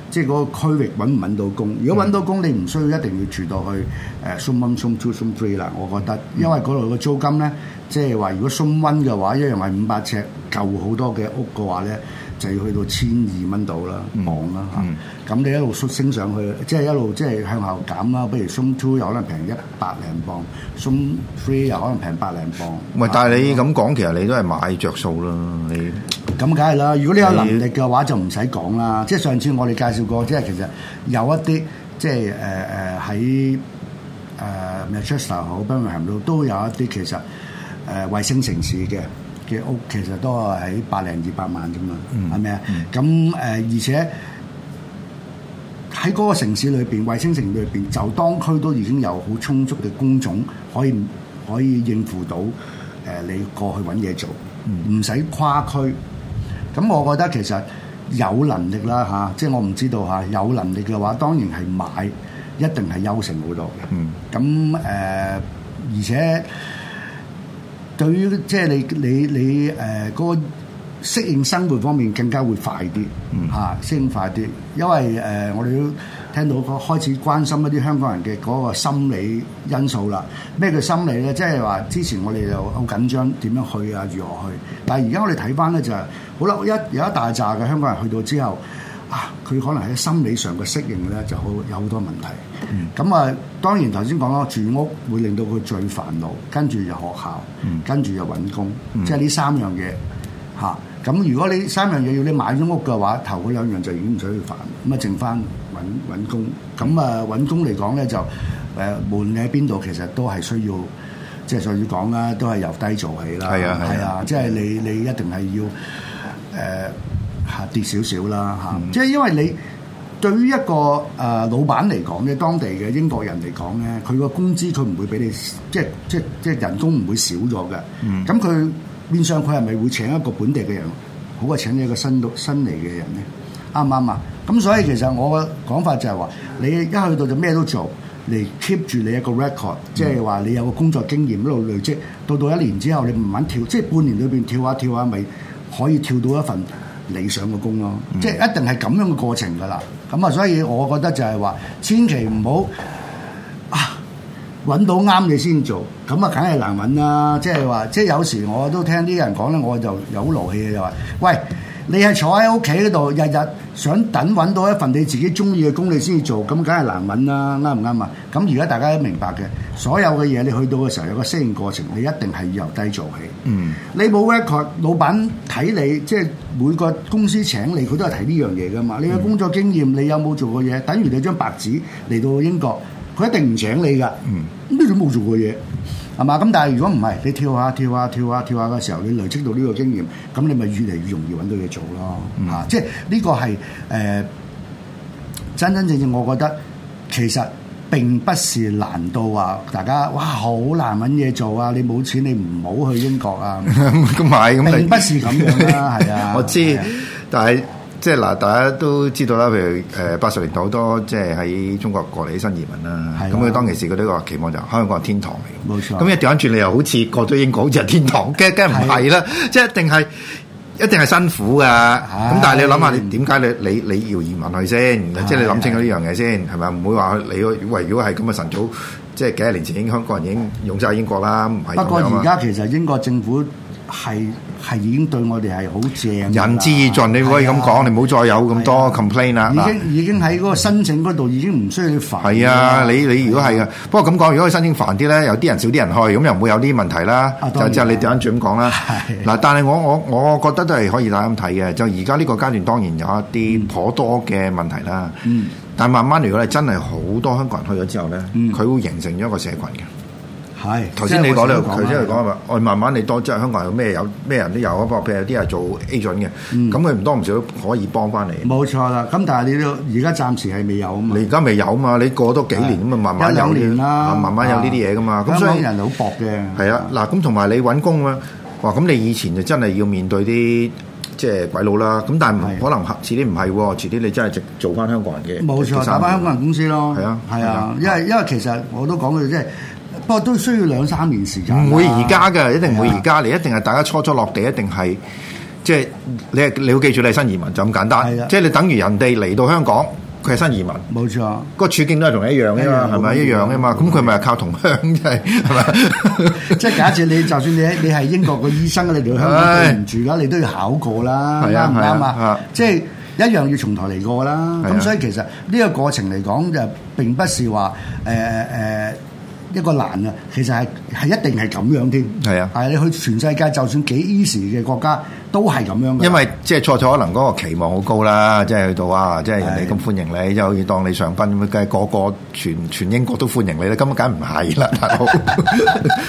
[SPEAKER 4] 即係嗰個區域揾唔揾到工？如
[SPEAKER 3] 嗯
[SPEAKER 4] 果揾到工，你唔需要一定要住到去誒 s o m e one、s o m e two、s o m e three 啦。我覺得，
[SPEAKER 3] 嗯
[SPEAKER 4] 因為嗰度嘅租金咧，即係話如果 s o m e one 嘅話，一樣係五百尺舊好多嘅屋嘅話咧，就要去到千二蚊到啦，磅啦嚇。
[SPEAKER 3] 嗯
[SPEAKER 4] 咁你一路升上去，即係一路即係向後減啦。不如 Zoom Two 又可能平一百零磅，Zoom Three 又可能平百零磅。
[SPEAKER 3] 喂，但係你咁講，其實你都係買着數啦。你
[SPEAKER 4] 咁梗係啦，如果你有能力嘅話就唔使講啦。即係上次我哋介紹過，即係其實有一啲即係誒誒呃喺誒 Manchester 好 Birmingham 都都有一啲其實誒、呃、衛星城市嘅嘅屋，其實都係喺百零二百萬啫嘛，係咪啊？咁誒、呃而且。喺嗰個城市裏邊，衛星城裏邊就當區都已經有好充足嘅工種可以可以應付到誒、呃你過去揾嘢做，唔使跨區。咁我覺得其實有能力啦嚇、即係我唔知道嚇、有能力嘅話當然係買，一定係優勝好多嘅。咁誒、呃而且對於即係你你你誒嗰、個適應生活方面更加會快啲嚇、適應快啲，因為誒、呃我哋都聽到個開始關心一啲香港人嘅嗰個心理因素啦。咩叫心理咧？即係話之前我哋就好緊張點樣去啊，如何去？但係而家我哋睇翻咧就係、好啦，一有一大扎嘅香港人去到之後。啊，佢可能喺心理上嘅適應咧，就好有好多問題。
[SPEAKER 3] 嗯
[SPEAKER 4] 咁啊、當然頭先講啦，住屋會令到佢最煩惱，跟住就學校，
[SPEAKER 3] 嗯
[SPEAKER 4] 跟住就揾工，即係呢三樣嘢嚇。咁、如果你三樣嘢要你買咗屋嘅話，頭嗰兩樣就已經唔使去煩，咁啊剩翻揾揾工。咁啊揾工嚟講咧就誒、呃，無論你喺邊度，其實都係需要。即係上次講啦，都係由低做起啦，
[SPEAKER 3] 係啊係啊
[SPEAKER 4] 係啊，即係你你一定係要誒、呃、下跌少少啦嚇，即係因為你對於一個誒、呃老闆嚟講嘅當地嘅英國人嚟講咧，佢個工資佢唔會俾你即係即係即係人工唔會少咗嘅。咁佢、面上佢係咪會請一個本地嘅人，好過請一個新到新嚟嘅人咧？啱唔啱啊？咁所以其實我嘅講法就係話，你一去到就咩都做。嚟 keep 住你一個 record，即係話你有個工作經驗一路累積，到到一年之後你慢慢跳，即係半年裏邊跳下跳下，咪可以跳到一份理想嘅工咯。即係一定係咁樣嘅過程㗎啦。咁啊，所以我覺得就係話，千祈唔好啊揾到啱嘅先做，咁啊梗係難揾啦。即係話，即係有時我都聽啲人講咧，我就有好勞氣嘅就啊話，喂。你係坐喺屋企嗰度，日日想等揾到一份你自己中意嘅工，你先至做，咁梗係難揾啦，啱唔啱啊？咁而家大家都明白嘅，所有嘅嘢你去到嘅時候有個適應過程，你一定係由低做起。
[SPEAKER 3] 嗯，
[SPEAKER 4] 你冇 record，老闆睇你，即係每個公司請你，佢都係睇呢樣嘢噶嘛。你嘅工作經驗，你有冇做過嘢？等於你張白紙嚟到英國，佢一定唔請你噶。嗯，你都冇做過嘢，係嘛？咁但係如果唔係，你跳下跳下跳下跳下嘅時候，你累積到呢個經驗，咁你咪越嚟越容易揾到嘢做咯。嚇、即係呢個係誒。呃真真正正，我覺得其實並不是難到話大家哇好難揾嘢做啊！你冇錢你唔好去英國啊！
[SPEAKER 3] 咁係咁你
[SPEAKER 4] 並不是咁 樣啦，係啊，
[SPEAKER 3] 我知
[SPEAKER 4] 係啊，
[SPEAKER 3] 但係即係嗱，大家都知道啦，譬如誒八十年代好多即係喺中國過嚟啲新移民啦，
[SPEAKER 4] 係啊
[SPEAKER 3] 咁佢當其時佢呢個期望就係香港係天堂嚟嘅，
[SPEAKER 4] 冇錯
[SPEAKER 3] 咁一調翻轉你又好似過咗英國好似係天 堂，梗梗唔係啦，即係一定係。一定係辛苦噶，
[SPEAKER 4] 啊
[SPEAKER 3] 咁但係你諗下，你點解你你你要移民去先？即係你諗清楚呢樣嘢先，係咪？唔會話你喂，如果係咁嘅晨早，即係幾廿年前已經香港人已經用晒英國啦，唔係咁樣啊
[SPEAKER 4] 不
[SPEAKER 3] 嘛
[SPEAKER 4] 過而家其實英國政府係係已經對我哋係好正㗎啦，
[SPEAKER 3] 人之以盡，你可以咁
[SPEAKER 4] 係啊
[SPEAKER 3] 講，你唔好再有咁多
[SPEAKER 4] 係啊
[SPEAKER 3] complain 啦。
[SPEAKER 4] 已
[SPEAKER 3] 嗱
[SPEAKER 4] 經已經喺嗰個申請嗰度已經唔需要你煩㗎
[SPEAKER 3] 係
[SPEAKER 4] 啦。
[SPEAKER 3] 啊，你你如果係啊，不過咁講，如果佢申請煩啲咧，有啲人少啲人去，咁又唔會有啲問題啦
[SPEAKER 4] 啊。當
[SPEAKER 3] 就
[SPEAKER 4] 然
[SPEAKER 3] 即係你點樣轉咁講啦。
[SPEAKER 4] 係
[SPEAKER 3] 嗱，但係我我我覺得都係可以大家咁睇嘅。就而家呢個階段當然有一啲頗多嘅問題啦。
[SPEAKER 4] 嗯
[SPEAKER 3] 但慢慢如果係真係好多香港人去咗之後咧，
[SPEAKER 4] 嗯
[SPEAKER 3] 佢會形成咗一個社群嘅。
[SPEAKER 4] 係
[SPEAKER 3] 頭先你講咧，頭
[SPEAKER 4] 即
[SPEAKER 3] 先
[SPEAKER 4] 係
[SPEAKER 3] 你講話，我慢慢你多即係香港有咩有咩人都有啊，不過譬如有啲係做 agent 嘅，
[SPEAKER 4] 嗯
[SPEAKER 3] 咁佢唔多唔少都可以幫翻你。
[SPEAKER 4] 冇錯啦。咁但係你都而家暫時係未有啊嘛。
[SPEAKER 3] 你而家未有嘛？你過多幾年咁啊，慢慢
[SPEAKER 4] 一
[SPEAKER 3] 有
[SPEAKER 4] 兩
[SPEAKER 3] 呢
[SPEAKER 4] 年啦啊
[SPEAKER 3] 啊，慢慢有呢啲嘢噶嘛。咁
[SPEAKER 4] 香
[SPEAKER 3] 所
[SPEAKER 4] 港
[SPEAKER 3] 以
[SPEAKER 4] 人好薄嘅，
[SPEAKER 3] 係啊，嗱咁同埋你揾工啊，哇！咁你以前就真係要面對啲即係鬼佬啦。咁但係唔
[SPEAKER 4] 係
[SPEAKER 3] 可能合遲啲唔係喎，遲啲你真係直做翻香港人嘅。
[SPEAKER 4] 冇錯，打翻香港人公司咯，
[SPEAKER 3] 係啊
[SPEAKER 4] 係
[SPEAKER 3] 係
[SPEAKER 4] 啊
[SPEAKER 3] 啊，
[SPEAKER 4] 因為因為其實我都講佢即係，不過都需要兩三年時間啦。
[SPEAKER 3] 唔會而家嘅，一定唔會
[SPEAKER 4] 係啊
[SPEAKER 3] 而家。你一定係大家初初落地，一定係即係你係你要記住你係新移民就咁簡單
[SPEAKER 4] 係啊。
[SPEAKER 3] 即係你等於人哋嚟到香港，佢係新移民。
[SPEAKER 4] 冇錯。
[SPEAKER 3] 個處境都係同你一樣嘅嘛，係咪
[SPEAKER 4] 一樣
[SPEAKER 3] 一樣嘅嘛？咁佢咪係 靠同鄉， 即係係咪？
[SPEAKER 4] 即係假設你就算你你係英國個醫生，你嚟到香港對唔住啦，你都要考過啦，
[SPEAKER 3] 係
[SPEAKER 4] 啱
[SPEAKER 3] 啊
[SPEAKER 4] 唔啱
[SPEAKER 3] 係啊係
[SPEAKER 4] 啊
[SPEAKER 3] 啊？
[SPEAKER 4] 即係一樣要從頭嚟過啦。
[SPEAKER 3] 係啊
[SPEAKER 4] 咁所以其實呢個過程嚟講就並不是話誒誒一個難啊，其實係係一定係咁樣添。
[SPEAKER 3] 係啊
[SPEAKER 4] 係你去全世界就算幾 easy 嘅國家都係咁樣嘅。
[SPEAKER 3] 因為即係錯錯可能嗰個期望好高啦，即係去到啊，即係人哋
[SPEAKER 4] 係
[SPEAKER 3] 咁歡迎你，就好似當你上賓咁，梗係個個全全英國都歡迎你啦，咁梗唔係啦， 大佬，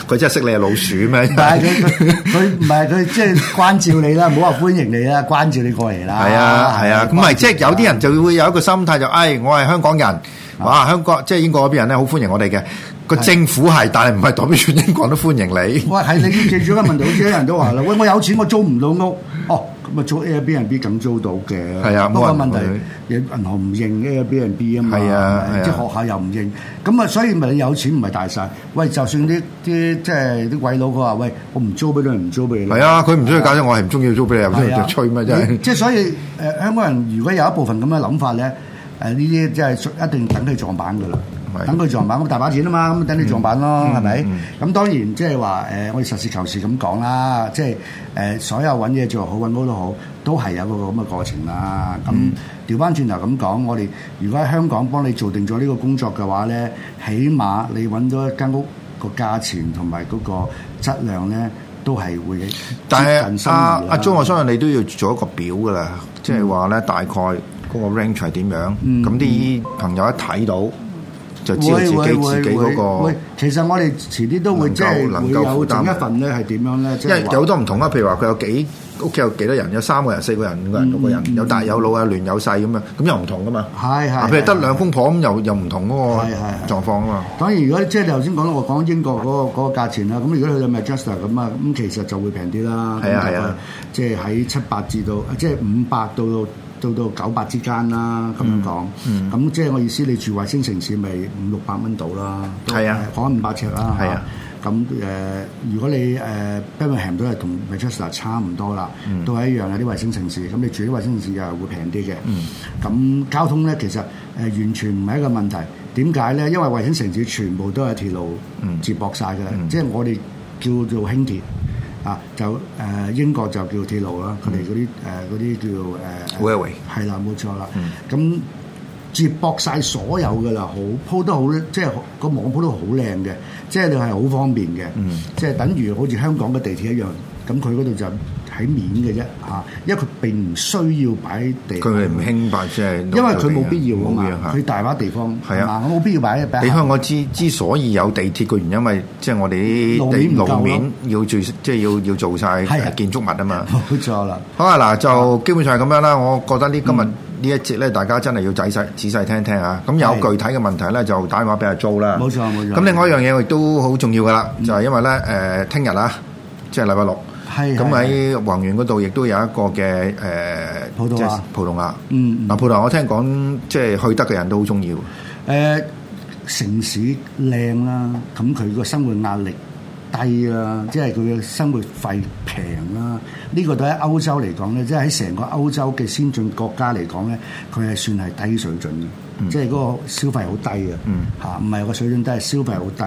[SPEAKER 3] 佢真係識 你係老鼠咩？
[SPEAKER 4] 唔係佢佢佢唔係佢即係關照你啦，唔好話歡迎你啦，關照你過嚟啦。
[SPEAKER 3] 係啊係啊，咁咪
[SPEAKER 4] 關
[SPEAKER 3] 即係
[SPEAKER 4] 照你啦
[SPEAKER 3] 有啲人就會有一個心態就，唉，我係香港人，哇，香港即係英國嗰邊人咧好歡迎我哋嘅，個政府係，但係唔係代表全英國都歡迎你。
[SPEAKER 4] 喂，係你記住一個問題，好似有人都 話啦，喂，我有錢我租唔到屋，哦，咁啊租 Airbnb 咁租到嘅，
[SPEAKER 3] 係啊
[SPEAKER 4] 不過
[SPEAKER 3] 冇人
[SPEAKER 4] 問題
[SPEAKER 3] 會
[SPEAKER 4] 銀行唔認 Airbnb 啊嘛，
[SPEAKER 3] 係啊
[SPEAKER 4] 咪
[SPEAKER 3] 係啊
[SPEAKER 4] 即係學校又唔認，咁啊，所以咪你有錢唔係大晒，喂，就算啲啲即係啲鬼佬佢話，喂，我唔租俾你，唔租俾你，
[SPEAKER 3] 係啊，佢唔需要解釋，我係唔中意租俾你，又唔需
[SPEAKER 4] 係
[SPEAKER 3] 要
[SPEAKER 4] 啊，
[SPEAKER 3] 吹咩真係
[SPEAKER 4] 你。即係所以誒、呃香港人如果有一部分咁嘅諗法咧，誒呢啲即係屬一定等佢撞板噶啦。
[SPEAKER 3] 係嗯
[SPEAKER 4] 等佢撞板，咁大把錢啊嘛，咁等你撞板咯，係咪？咁當然即係話誒，我哋實事求是咁講啦，即係誒所有揾嘢做好揾工都好，都係有個咁嘅過程啦。咁
[SPEAKER 3] 嗯
[SPEAKER 4] 調翻轉頭咁講，我哋如果喺香港幫你做定咗呢個工作嘅話咧，起碼你揾到一間屋個價錢同埋嗰個質量咧，都係會
[SPEAKER 3] 但
[SPEAKER 4] 接近
[SPEAKER 3] 係
[SPEAKER 4] 心
[SPEAKER 3] 阿
[SPEAKER 4] 儀啦
[SPEAKER 3] 阿 Jo，我相信你都要做一個表噶啦，即係話咧大概嗰個 range 係點樣，咁啲朋友一睇到就知道自己自己嗰個
[SPEAKER 4] 會，其實我哋遲啲都會
[SPEAKER 3] 能夠
[SPEAKER 4] 即係
[SPEAKER 3] 能
[SPEAKER 4] 會
[SPEAKER 3] 夠
[SPEAKER 4] 有
[SPEAKER 3] 負擔啊
[SPEAKER 4] 整一份咧係點樣咧，即
[SPEAKER 3] 因為
[SPEAKER 4] 係話
[SPEAKER 3] 有好多唔同啦。譬如話佢有幾屋企有幾多人？有三個人、四個人、五個人、六個人，有大有老啊，聯有細咁樣，咁又唔同噶嘛。
[SPEAKER 4] 係係
[SPEAKER 3] 啊譬如得
[SPEAKER 4] 係
[SPEAKER 3] 兩公婆咁，又又唔同嗰個
[SPEAKER 4] 係係係
[SPEAKER 3] 狀況啊嘛。
[SPEAKER 4] 當然，如果即係頭先講到我講英國嗰、個嗰、個價錢啦，咁如果去到 Manchester 咁啊，咁其實就會平啲啦。
[SPEAKER 3] 係啊
[SPEAKER 4] 咁大概
[SPEAKER 3] 係啊
[SPEAKER 4] 即係喺七百至到即係五百到到。到到九百之間啦，咁樣講，咁、
[SPEAKER 3] 嗯
[SPEAKER 4] 即係我意思，你住衛星城市咪五六百蚊到啦，都
[SPEAKER 3] 係啊
[SPEAKER 4] 講緊五百尺啦，
[SPEAKER 3] 係啊
[SPEAKER 4] 咁誒、如果你誒呃 Birmingham 都係同 Manchester 差唔多啦，都係一樣嘅啲衛星城市。咁你住啲衛星城市又係會平啲嘅。咁、交通咧其實誒、呃完全唔係一個問題。點解咧？因為衛星城市全部都係鐵路接駁晒㗎啦，即係我哋叫做輕鐵。啊，就誒、英國就叫鐵路啦，佢哋嗰啲呃誒嗰啲叫誒、
[SPEAKER 3] Railway
[SPEAKER 4] 係啦，冇錯啦。
[SPEAKER 3] 嗯
[SPEAKER 4] 咁、接駁晒所有嘅啦，好鋪得好，即係個網鋪得好靚嘅，即係你係好方便嘅，
[SPEAKER 3] 嗯
[SPEAKER 4] 即係等於好似香港嘅地鐵一樣。咁佢嗰度就喺面嘅啫嚇，因為佢並唔需要擺地，
[SPEAKER 3] 佢哋唔興辦，即係
[SPEAKER 4] 因為佢冇必要啊
[SPEAKER 3] 冇必要
[SPEAKER 4] 嘛，
[SPEAKER 3] 嚇
[SPEAKER 4] 佢大把地方
[SPEAKER 3] 係啊
[SPEAKER 4] 嘛，我冇必要擺擺
[SPEAKER 3] 你
[SPEAKER 4] 下
[SPEAKER 3] 香港之之所以有地鐵嘅原因，因為即係我哋啲地
[SPEAKER 4] 路面唔夠咯
[SPEAKER 3] 路面要做，即係要要做晒
[SPEAKER 4] 係啊
[SPEAKER 3] 建築物啊嘛。
[SPEAKER 4] 冇錯啦。
[SPEAKER 3] 好啊，嗱就基本上係咁樣啦。我覺得呢今日呢一節咧，大家真係要仔細仔細聽聽啊。咁有
[SPEAKER 4] 嗯係
[SPEAKER 3] 具體嘅問題咧，就打電話俾阿 Jo 啦。
[SPEAKER 4] 冇錯冇錯嗯
[SPEAKER 3] 咁另外一樣嘢亦都好重要噶啦，就係因為咧誒，聽日啊，即係禮拜六。
[SPEAKER 4] 係
[SPEAKER 3] 咁
[SPEAKER 4] 係
[SPEAKER 3] 喺宏源嗰度亦都有一個嘅誒，
[SPEAKER 4] 葡萄牙
[SPEAKER 3] 即係葡萄牙。
[SPEAKER 4] 嗯嗯
[SPEAKER 3] 嗱葡萄牙我聽講即係去得嘅人都好中意喎。
[SPEAKER 4] 誒、城市靚啦，咁佢個生活壓力低啦，即係佢嘅生活費平啦。呢、個都喺歐洲嚟講咧，即係喺成個歐洲嘅先進國家嚟講咧，佢係算係低水準嘅。即係嗰個消費好低啊嘅，嚇唔係個水準低，係消費好低。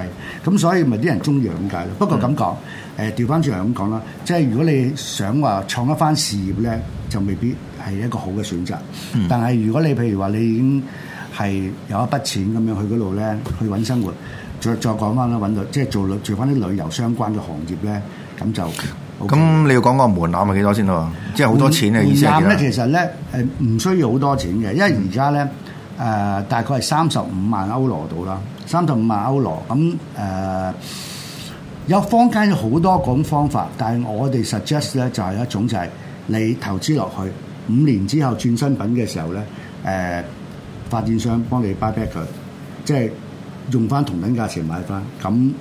[SPEAKER 4] 咁所以咪啲人中意咁解咯。不過咁講，誒調翻轉嚟咁講啦，即係如果你想話創一番事業咧，就未必係一個好嘅選擇。但係如果你譬如話你已經係有一筆錢咁樣去嗰度咧，去揾生活。再再講翻啦，揾到即係做旅做翻啲旅遊相關嘅行業咧，咁就 OK
[SPEAKER 3] 咁你要講個門檻係幾多先咯？即係好多錢嘅意思係啊嗯
[SPEAKER 4] 門
[SPEAKER 3] 幾多
[SPEAKER 4] 門檻咧，？其實咧誒唔需要好多錢嘅，因為而家咧誒大概係三十五萬歐羅到啦，三十五萬歐羅咁誒、有坊間有好多種方法，但係我哋 suggest 咧就係一種就係你投資落去五年之後轉新品嘅時候咧誒、發展商幫你 buy back 佢，即係用翻同等價錢買翻咁。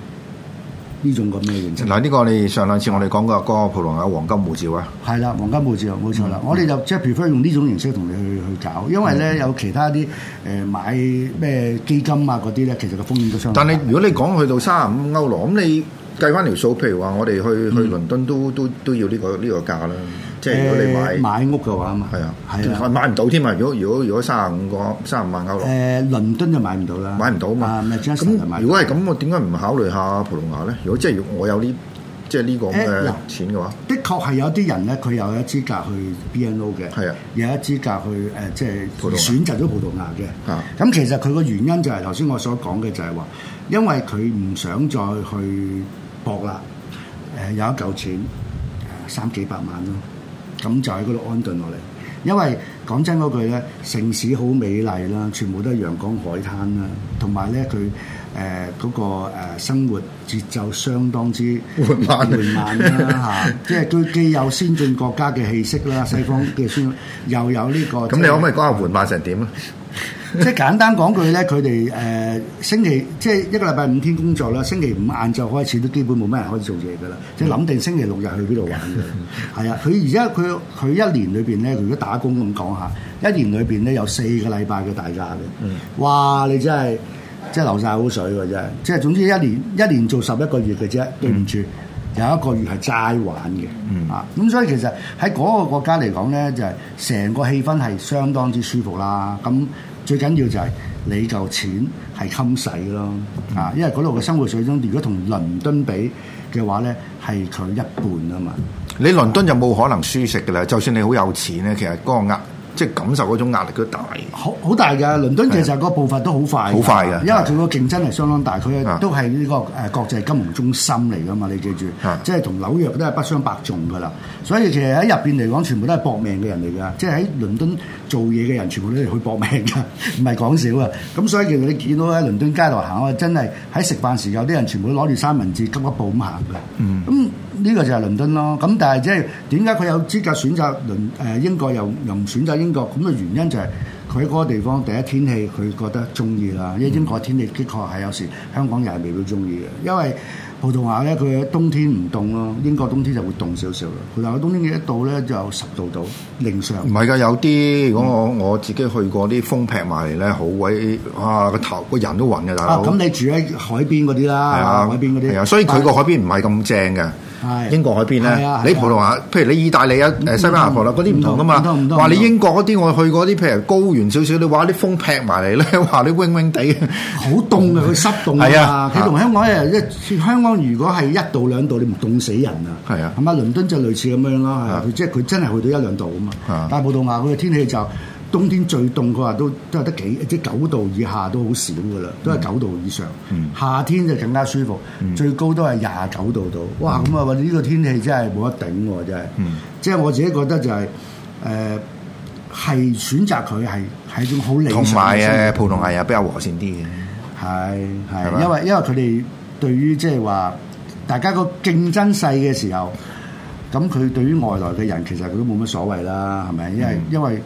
[SPEAKER 4] 呢種咁嘅形式，
[SPEAKER 3] 嗱，呢個你上兩次我哋講過嗰個葡萄牙黃金護照啊，
[SPEAKER 4] 係啦，黃金冇照冇
[SPEAKER 3] 嗯
[SPEAKER 4] 錯啦。我哋就即係 prefer 用呢種形式同你去去搞，因為咧有其他啲誒、呃、買咩基金啊嗰啲咧，其實個風險都相
[SPEAKER 3] 但
[SPEAKER 4] 大
[SPEAKER 3] 係如果你講去到三十五歐羅，咁你計翻條數，譬如話我哋去
[SPEAKER 4] 嗯
[SPEAKER 3] 去倫敦都都都要呢個呢個價啦。即係如果你買
[SPEAKER 4] 呃買屋嘅話嘛，
[SPEAKER 3] 係啊，
[SPEAKER 4] 係啊。
[SPEAKER 3] 買唔到添啊！如果如果如果三十五個三十五萬歐羅
[SPEAKER 4] 誒，呃倫敦就買唔到啦，
[SPEAKER 3] 買唔到嘛
[SPEAKER 4] 啊，Manchester 就
[SPEAKER 3] 咁
[SPEAKER 4] 買唔
[SPEAKER 3] 如
[SPEAKER 4] 到
[SPEAKER 3] 果係咁，我點解唔考慮下葡萄牙咧？如果即係我有呢即係呢個咁
[SPEAKER 4] 誒
[SPEAKER 3] 嘅
[SPEAKER 4] 嗱
[SPEAKER 3] 錢嘅話，
[SPEAKER 4] 的確係有啲人咧，佢有一資格去 BNO 嘅，
[SPEAKER 3] 係啊
[SPEAKER 4] 有一資格去誒、呃即係
[SPEAKER 3] 葡萄牙
[SPEAKER 4] 選擇咗葡萄牙
[SPEAKER 3] 啊
[SPEAKER 4] 嘅。咁、其實佢個原因就係頭先我所講嘅，就係話，因為佢唔想再去搏啦，誒、有一嚿錢、呃三幾百萬咯，咁就喺嗰度安頓落嚟。因為講真嗰句咧，城市好美麗啦，全部都係陽光海灘啦，同埋咧佢誒嗰個、呃、生活節奏相當之
[SPEAKER 3] 緩慢
[SPEAKER 4] 緩 慢啦嚇， 即係佢既有先進國家嘅氣息啦，西方嘅先又有呢、個。
[SPEAKER 3] 咁你可唔可以講下緩慢成點啊？
[SPEAKER 4] 即係簡單講句咧，佢哋誒星期即係一個禮拜五天工作啦，星期五晏晝開始都基本冇乜人開始做嘢噶啦，即係諗定星期六日去邊度玩
[SPEAKER 3] 嗯
[SPEAKER 4] 嘅。係啊，佢而家佢佢一年裏邊咧，如果打工咁講下，一年裏邊咧有四個禮拜嘅大假
[SPEAKER 3] 嗯
[SPEAKER 4] 嘅。哇！你真係即係流晒口水喎，真係。即係總之一年一年做十一個月嘅啫，對唔住。
[SPEAKER 3] 嗯
[SPEAKER 4] 有一個月係齋玩嘅，啊，咁所以其實喺嗰個國家嚟講咧，就係、成個氣氛係相當之舒服啦。咁最緊要就係你嚿錢係襟使咯，啊，因為嗰度嘅生活水準，如果同倫敦比嘅話咧，係佢一半啊嘛。
[SPEAKER 3] 你倫敦就冇可能舒適嘅啦，就算你好有錢咧，其實嗰個壓即係感受嗰種壓力都大。
[SPEAKER 4] 好好大㗎，倫敦其實個步伐都好快，
[SPEAKER 3] 啊好快㗎
[SPEAKER 4] 因為佢個競爭係相當大，
[SPEAKER 3] 啊
[SPEAKER 4] 佢都係呢個誒國際金融中心嚟㗎嘛，你記住
[SPEAKER 3] 啊，
[SPEAKER 4] 即係同紐約都係不相伯仲㗎啦。所以其實喺入邊嚟講，全部都係搏命嘅人嚟㗎，即係喺倫敦做嘢嘅人，全部都係去搏命㗎， 唔係講少啊。咁所以其實你見到喺倫
[SPEAKER 3] 嗯
[SPEAKER 4] 敦街度行啊，真係喺食飯時間有啲人全部都攞住三文治急急步咁行㗎。咁、呢個就係倫敦咯。咁但係即係點解佢有資格選擇倫誒、英國又又唔選擇英國？咁嘅原因就係佢喺嗰個地方第一天氣佢覺得中意啦，因為英國天氣的確係有時香港人係未必中意嘅，因為葡萄牙咧佢冬天唔凍咯，英國冬天就會凍少少啦。葡萄牙冬天嘅一度咧就十度到零上。
[SPEAKER 3] 唔係㗎，有啲如果我
[SPEAKER 4] 嗯
[SPEAKER 3] 我自己去過啲風劈埋嚟咧，好鬼哇個頭個人都暈嘅大
[SPEAKER 4] 啊，
[SPEAKER 3] 佬。
[SPEAKER 4] 咁你住喺海邊嗰啲啦，
[SPEAKER 3] 係
[SPEAKER 4] 海邊嗰啲，
[SPEAKER 3] 係啊，所以佢個海邊唔係咁正嘅。
[SPEAKER 4] 係
[SPEAKER 3] 英國海邊
[SPEAKER 4] 係啊
[SPEAKER 3] 咧，
[SPEAKER 4] 係啊
[SPEAKER 3] 你葡萄牙，譬如你意大利啊、誒西班牙、
[SPEAKER 4] 唔同
[SPEAKER 3] 葡萄牙嗰啲唔同噶
[SPEAKER 4] 唔同唔
[SPEAKER 3] 嘛。
[SPEAKER 4] 同
[SPEAKER 3] 話你
[SPEAKER 4] 唔同
[SPEAKER 3] 英國嗰啲，我去過啲譬如高原少少，你話啲風劈埋嚟 咧，話你 wing wing 地。
[SPEAKER 4] 好凍嘅，佢濕凍
[SPEAKER 3] 嗯係
[SPEAKER 4] 啊
[SPEAKER 3] 啊！
[SPEAKER 4] 佢同香港一一香港如果係一度兩度，你唔凍死人啊！
[SPEAKER 3] 係啊
[SPEAKER 4] 係咪倫敦就類似咁樣啦，係啊
[SPEAKER 3] 啊
[SPEAKER 4] 佢即係佢真係去到一兩度啊嘛
[SPEAKER 3] 啊。
[SPEAKER 4] 但係葡萄牙佢嘅天氣就冬天最凍，佢話都都係得幾即係九度以下都好少噶啦，
[SPEAKER 3] 嗯
[SPEAKER 4] 都係九度以上。夏天就更加舒服，最高都係廿九度到。哇！咁啊，喂呢個天氣真係冇得頂喎，真係。
[SPEAKER 3] 嗯
[SPEAKER 4] 即係我自己覺得就係誒係選擇佢係係一種好理想嘅
[SPEAKER 3] 同埋
[SPEAKER 4] 生
[SPEAKER 3] 誒
[SPEAKER 4] 活
[SPEAKER 3] 葡萄牙又比較和善啲嘅。
[SPEAKER 4] 係
[SPEAKER 3] 係
[SPEAKER 4] 係，
[SPEAKER 3] 嘛
[SPEAKER 4] 因為因為佢哋對於即係話大家個競爭細嘅時候，咁佢對於外來嘅人其實佢都冇乜所謂啦，係咪？因為、因為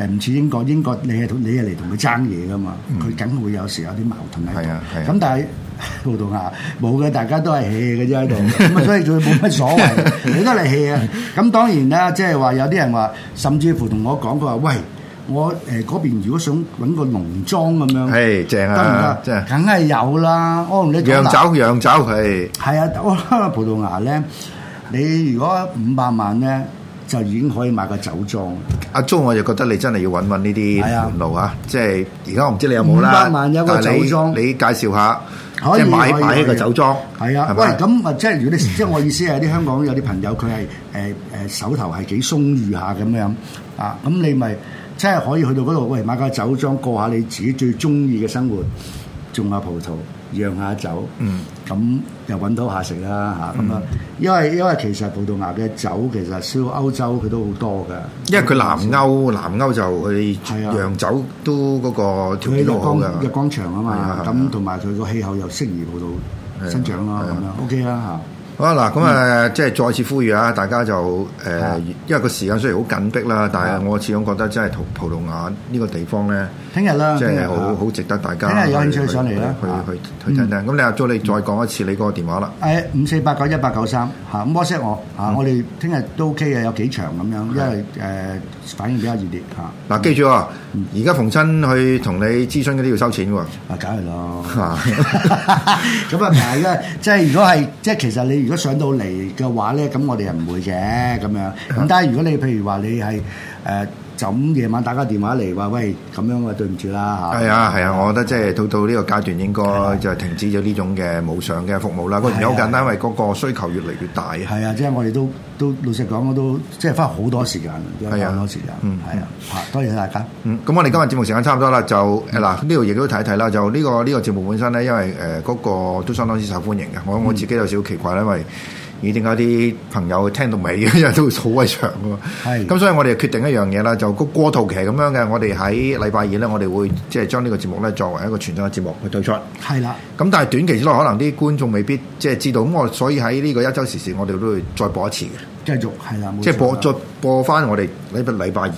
[SPEAKER 4] 誒唔似英國，英國你係同你係嚟同佢爭嘢噶嘛，佢梗、會有時有啲矛盾喺
[SPEAKER 3] 係啊係
[SPEAKER 4] 度。
[SPEAKER 3] 啊
[SPEAKER 4] 咁、但係 葡萄牙冇嘅，大家都係 hea 嘅啫喺度，咁啊所以佢冇乜所謂，你都嚟 hea 啊。咁當然啦，即係話有啲人話，甚至乎同我講佢 話喂。我誒嗰邊如果想揾個農莊咁樣，
[SPEAKER 3] 係正
[SPEAKER 4] 嗯得唔得
[SPEAKER 3] 啊，？真係
[SPEAKER 4] 梗係有啦，我同你講
[SPEAKER 3] 洋
[SPEAKER 4] 嗱
[SPEAKER 3] 酒洋酒係
[SPEAKER 4] 係啊， 我諗葡萄牙咧，你如果五百萬咧，就已經可以買個酒莊。
[SPEAKER 3] 阿 Jo，我就覺得你真係要揾揾呢啲
[SPEAKER 4] 係啊
[SPEAKER 3] 門路啊！即係而家我唔知你有冇啦，
[SPEAKER 4] 500萬有個
[SPEAKER 3] 但係你
[SPEAKER 4] 酒莊
[SPEAKER 3] 你介紹下，
[SPEAKER 4] 可以
[SPEAKER 3] 即係買
[SPEAKER 4] 可以
[SPEAKER 3] 買一
[SPEAKER 4] 可
[SPEAKER 3] 個
[SPEAKER 4] 以
[SPEAKER 3] 酒莊，
[SPEAKER 4] 係啊，
[SPEAKER 3] 係
[SPEAKER 4] 喂，
[SPEAKER 3] 咪
[SPEAKER 4] 咁啊，即係如果你 即係我意思係有啲香港有啲朋友佢係誒誒手頭係幾鬆裕下咁樣啊，咁你咪真係可以去到嗰度，喂買個酒莊過下你自己最中意嘅生活，種下葡萄，釀下酒，
[SPEAKER 3] 嗯，
[SPEAKER 4] 咁又揾到下食啦嚇，咁啊，因為因為其實葡萄牙嘅酒其實燒歐洲佢都好多㗎，
[SPEAKER 3] 因為佢南
[SPEAKER 4] Dạ.
[SPEAKER 3] 歐南歐就佢
[SPEAKER 4] 係啊
[SPEAKER 3] 洋酒都嗰個條
[SPEAKER 4] 佢
[SPEAKER 3] 件
[SPEAKER 4] 日
[SPEAKER 3] 好好
[SPEAKER 4] 光
[SPEAKER 3] 㗎，
[SPEAKER 4] 日光長
[SPEAKER 3] 係
[SPEAKER 4] 啊
[SPEAKER 3] 啊
[SPEAKER 4] 嘛，
[SPEAKER 3] 係啊
[SPEAKER 4] 咁同埋佢個氣候又適宜葡萄生長咯，
[SPEAKER 3] 係
[SPEAKER 4] 咁
[SPEAKER 3] 啊
[SPEAKER 4] 樣 OK 啦
[SPEAKER 3] 好啊嗱，咁誒，即係再次呼籲啊，大家就誒
[SPEAKER 4] 啊，
[SPEAKER 3] 因為個時間雖然好緊迫啦，但
[SPEAKER 4] 啊
[SPEAKER 3] 係我始終覺得真係葡葡萄牙呢個地方咧，
[SPEAKER 4] 嚇。聽日啦，
[SPEAKER 3] 即
[SPEAKER 4] 聽日
[SPEAKER 3] 係好
[SPEAKER 4] 啊
[SPEAKER 3] 好值得大
[SPEAKER 4] 聽
[SPEAKER 3] 家
[SPEAKER 4] 日有興趣
[SPEAKER 3] 去
[SPEAKER 4] 上嚟啦
[SPEAKER 3] 去
[SPEAKER 4] 啊
[SPEAKER 3] 去去去聽聽。咁你阿 Jo，你再講一次你嗰個電話啦。
[SPEAKER 4] 誒哎五四八九一八九三嚇，咁 WhatsApp 我嚇，
[SPEAKER 3] 嗯
[SPEAKER 4] 我哋聽日都 OK 嘅，有幾場咁樣，因為誒反應比較熱烈嚇，啊
[SPEAKER 3] 嗱，記住啊，而家逢親去同你諮詢嗰啲要收錢喎。
[SPEAKER 4] 梗係咯。
[SPEAKER 3] 啊
[SPEAKER 4] 咁啊唔係嘅，即係如果係即係其實你如果上到嚟嘅話咧，咁我哋係唔會嘅咁樣。
[SPEAKER 3] 嗯
[SPEAKER 4] 咁但係如果你譬如話你係誒就咁夜晚打個電話嚟話喂咁樣啊，對唔住啦嚇。
[SPEAKER 3] 係啊，係啊，我覺得即係到到呢個階段應該就停止咗呢種嘅無償嘅服務啦。個原因好簡單，因為嗰個需求越嚟越大啊。
[SPEAKER 4] 係啊，即係我哋都都老實講，我都即係花好多時間，真係花好多時間，
[SPEAKER 3] 嗯
[SPEAKER 4] 係啊，嚇，多謝大家，
[SPEAKER 3] 嗯，咁我哋今日節目時間差唔多啦，就誒嗱呢度亦都睇一睇啦，就呢、個呢、個節目本身咧，因為誒嗰、個都相當之受歡迎嘅，我我自己有少少奇怪啦，因為咦點解啲朋友聽到尾 嘅，因為都好鬼長嘅
[SPEAKER 4] 係
[SPEAKER 3] 喎。咁所以我哋決定一樣嘢啦，就個過渡期係咁樣嘅，我哋喺禮拜二咧，我哋會即係將呢個節目咧作為一個全新嘅節目去推出。
[SPEAKER 4] 係啦，
[SPEAKER 3] 咁但係短期之內可能啲觀眾未必即係知道，咁我所以喺呢個一周時事，我哋都會再播一次嘅，
[SPEAKER 4] 繼續係啦，冇
[SPEAKER 3] 即係播
[SPEAKER 4] 錯
[SPEAKER 3] 再播翻我哋禮拜禮拜二，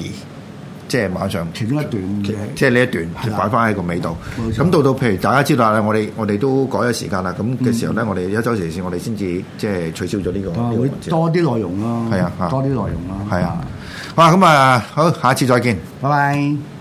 [SPEAKER 3] 即係晚上。
[SPEAKER 4] 其中一段嘅，
[SPEAKER 3] 即係呢一段
[SPEAKER 4] 係
[SPEAKER 3] 就
[SPEAKER 4] 啦
[SPEAKER 3] 擺翻喺個尾度。
[SPEAKER 4] 冇錯
[SPEAKER 3] 咁到到譬如大家知道啦，我哋我哋都改咗時間啦。咁嘅時候咧，我哋一周時事我哋先至即係取消咗呢個呢
[SPEAKER 4] 啊
[SPEAKER 3] 個
[SPEAKER 4] 嗯會
[SPEAKER 3] 環節
[SPEAKER 4] 多啲內容咯，
[SPEAKER 3] 係啊嚇
[SPEAKER 4] 多啲內容咯，
[SPEAKER 3] 係啊。好啊，咁啊，好，下一次再見。
[SPEAKER 4] 拜拜。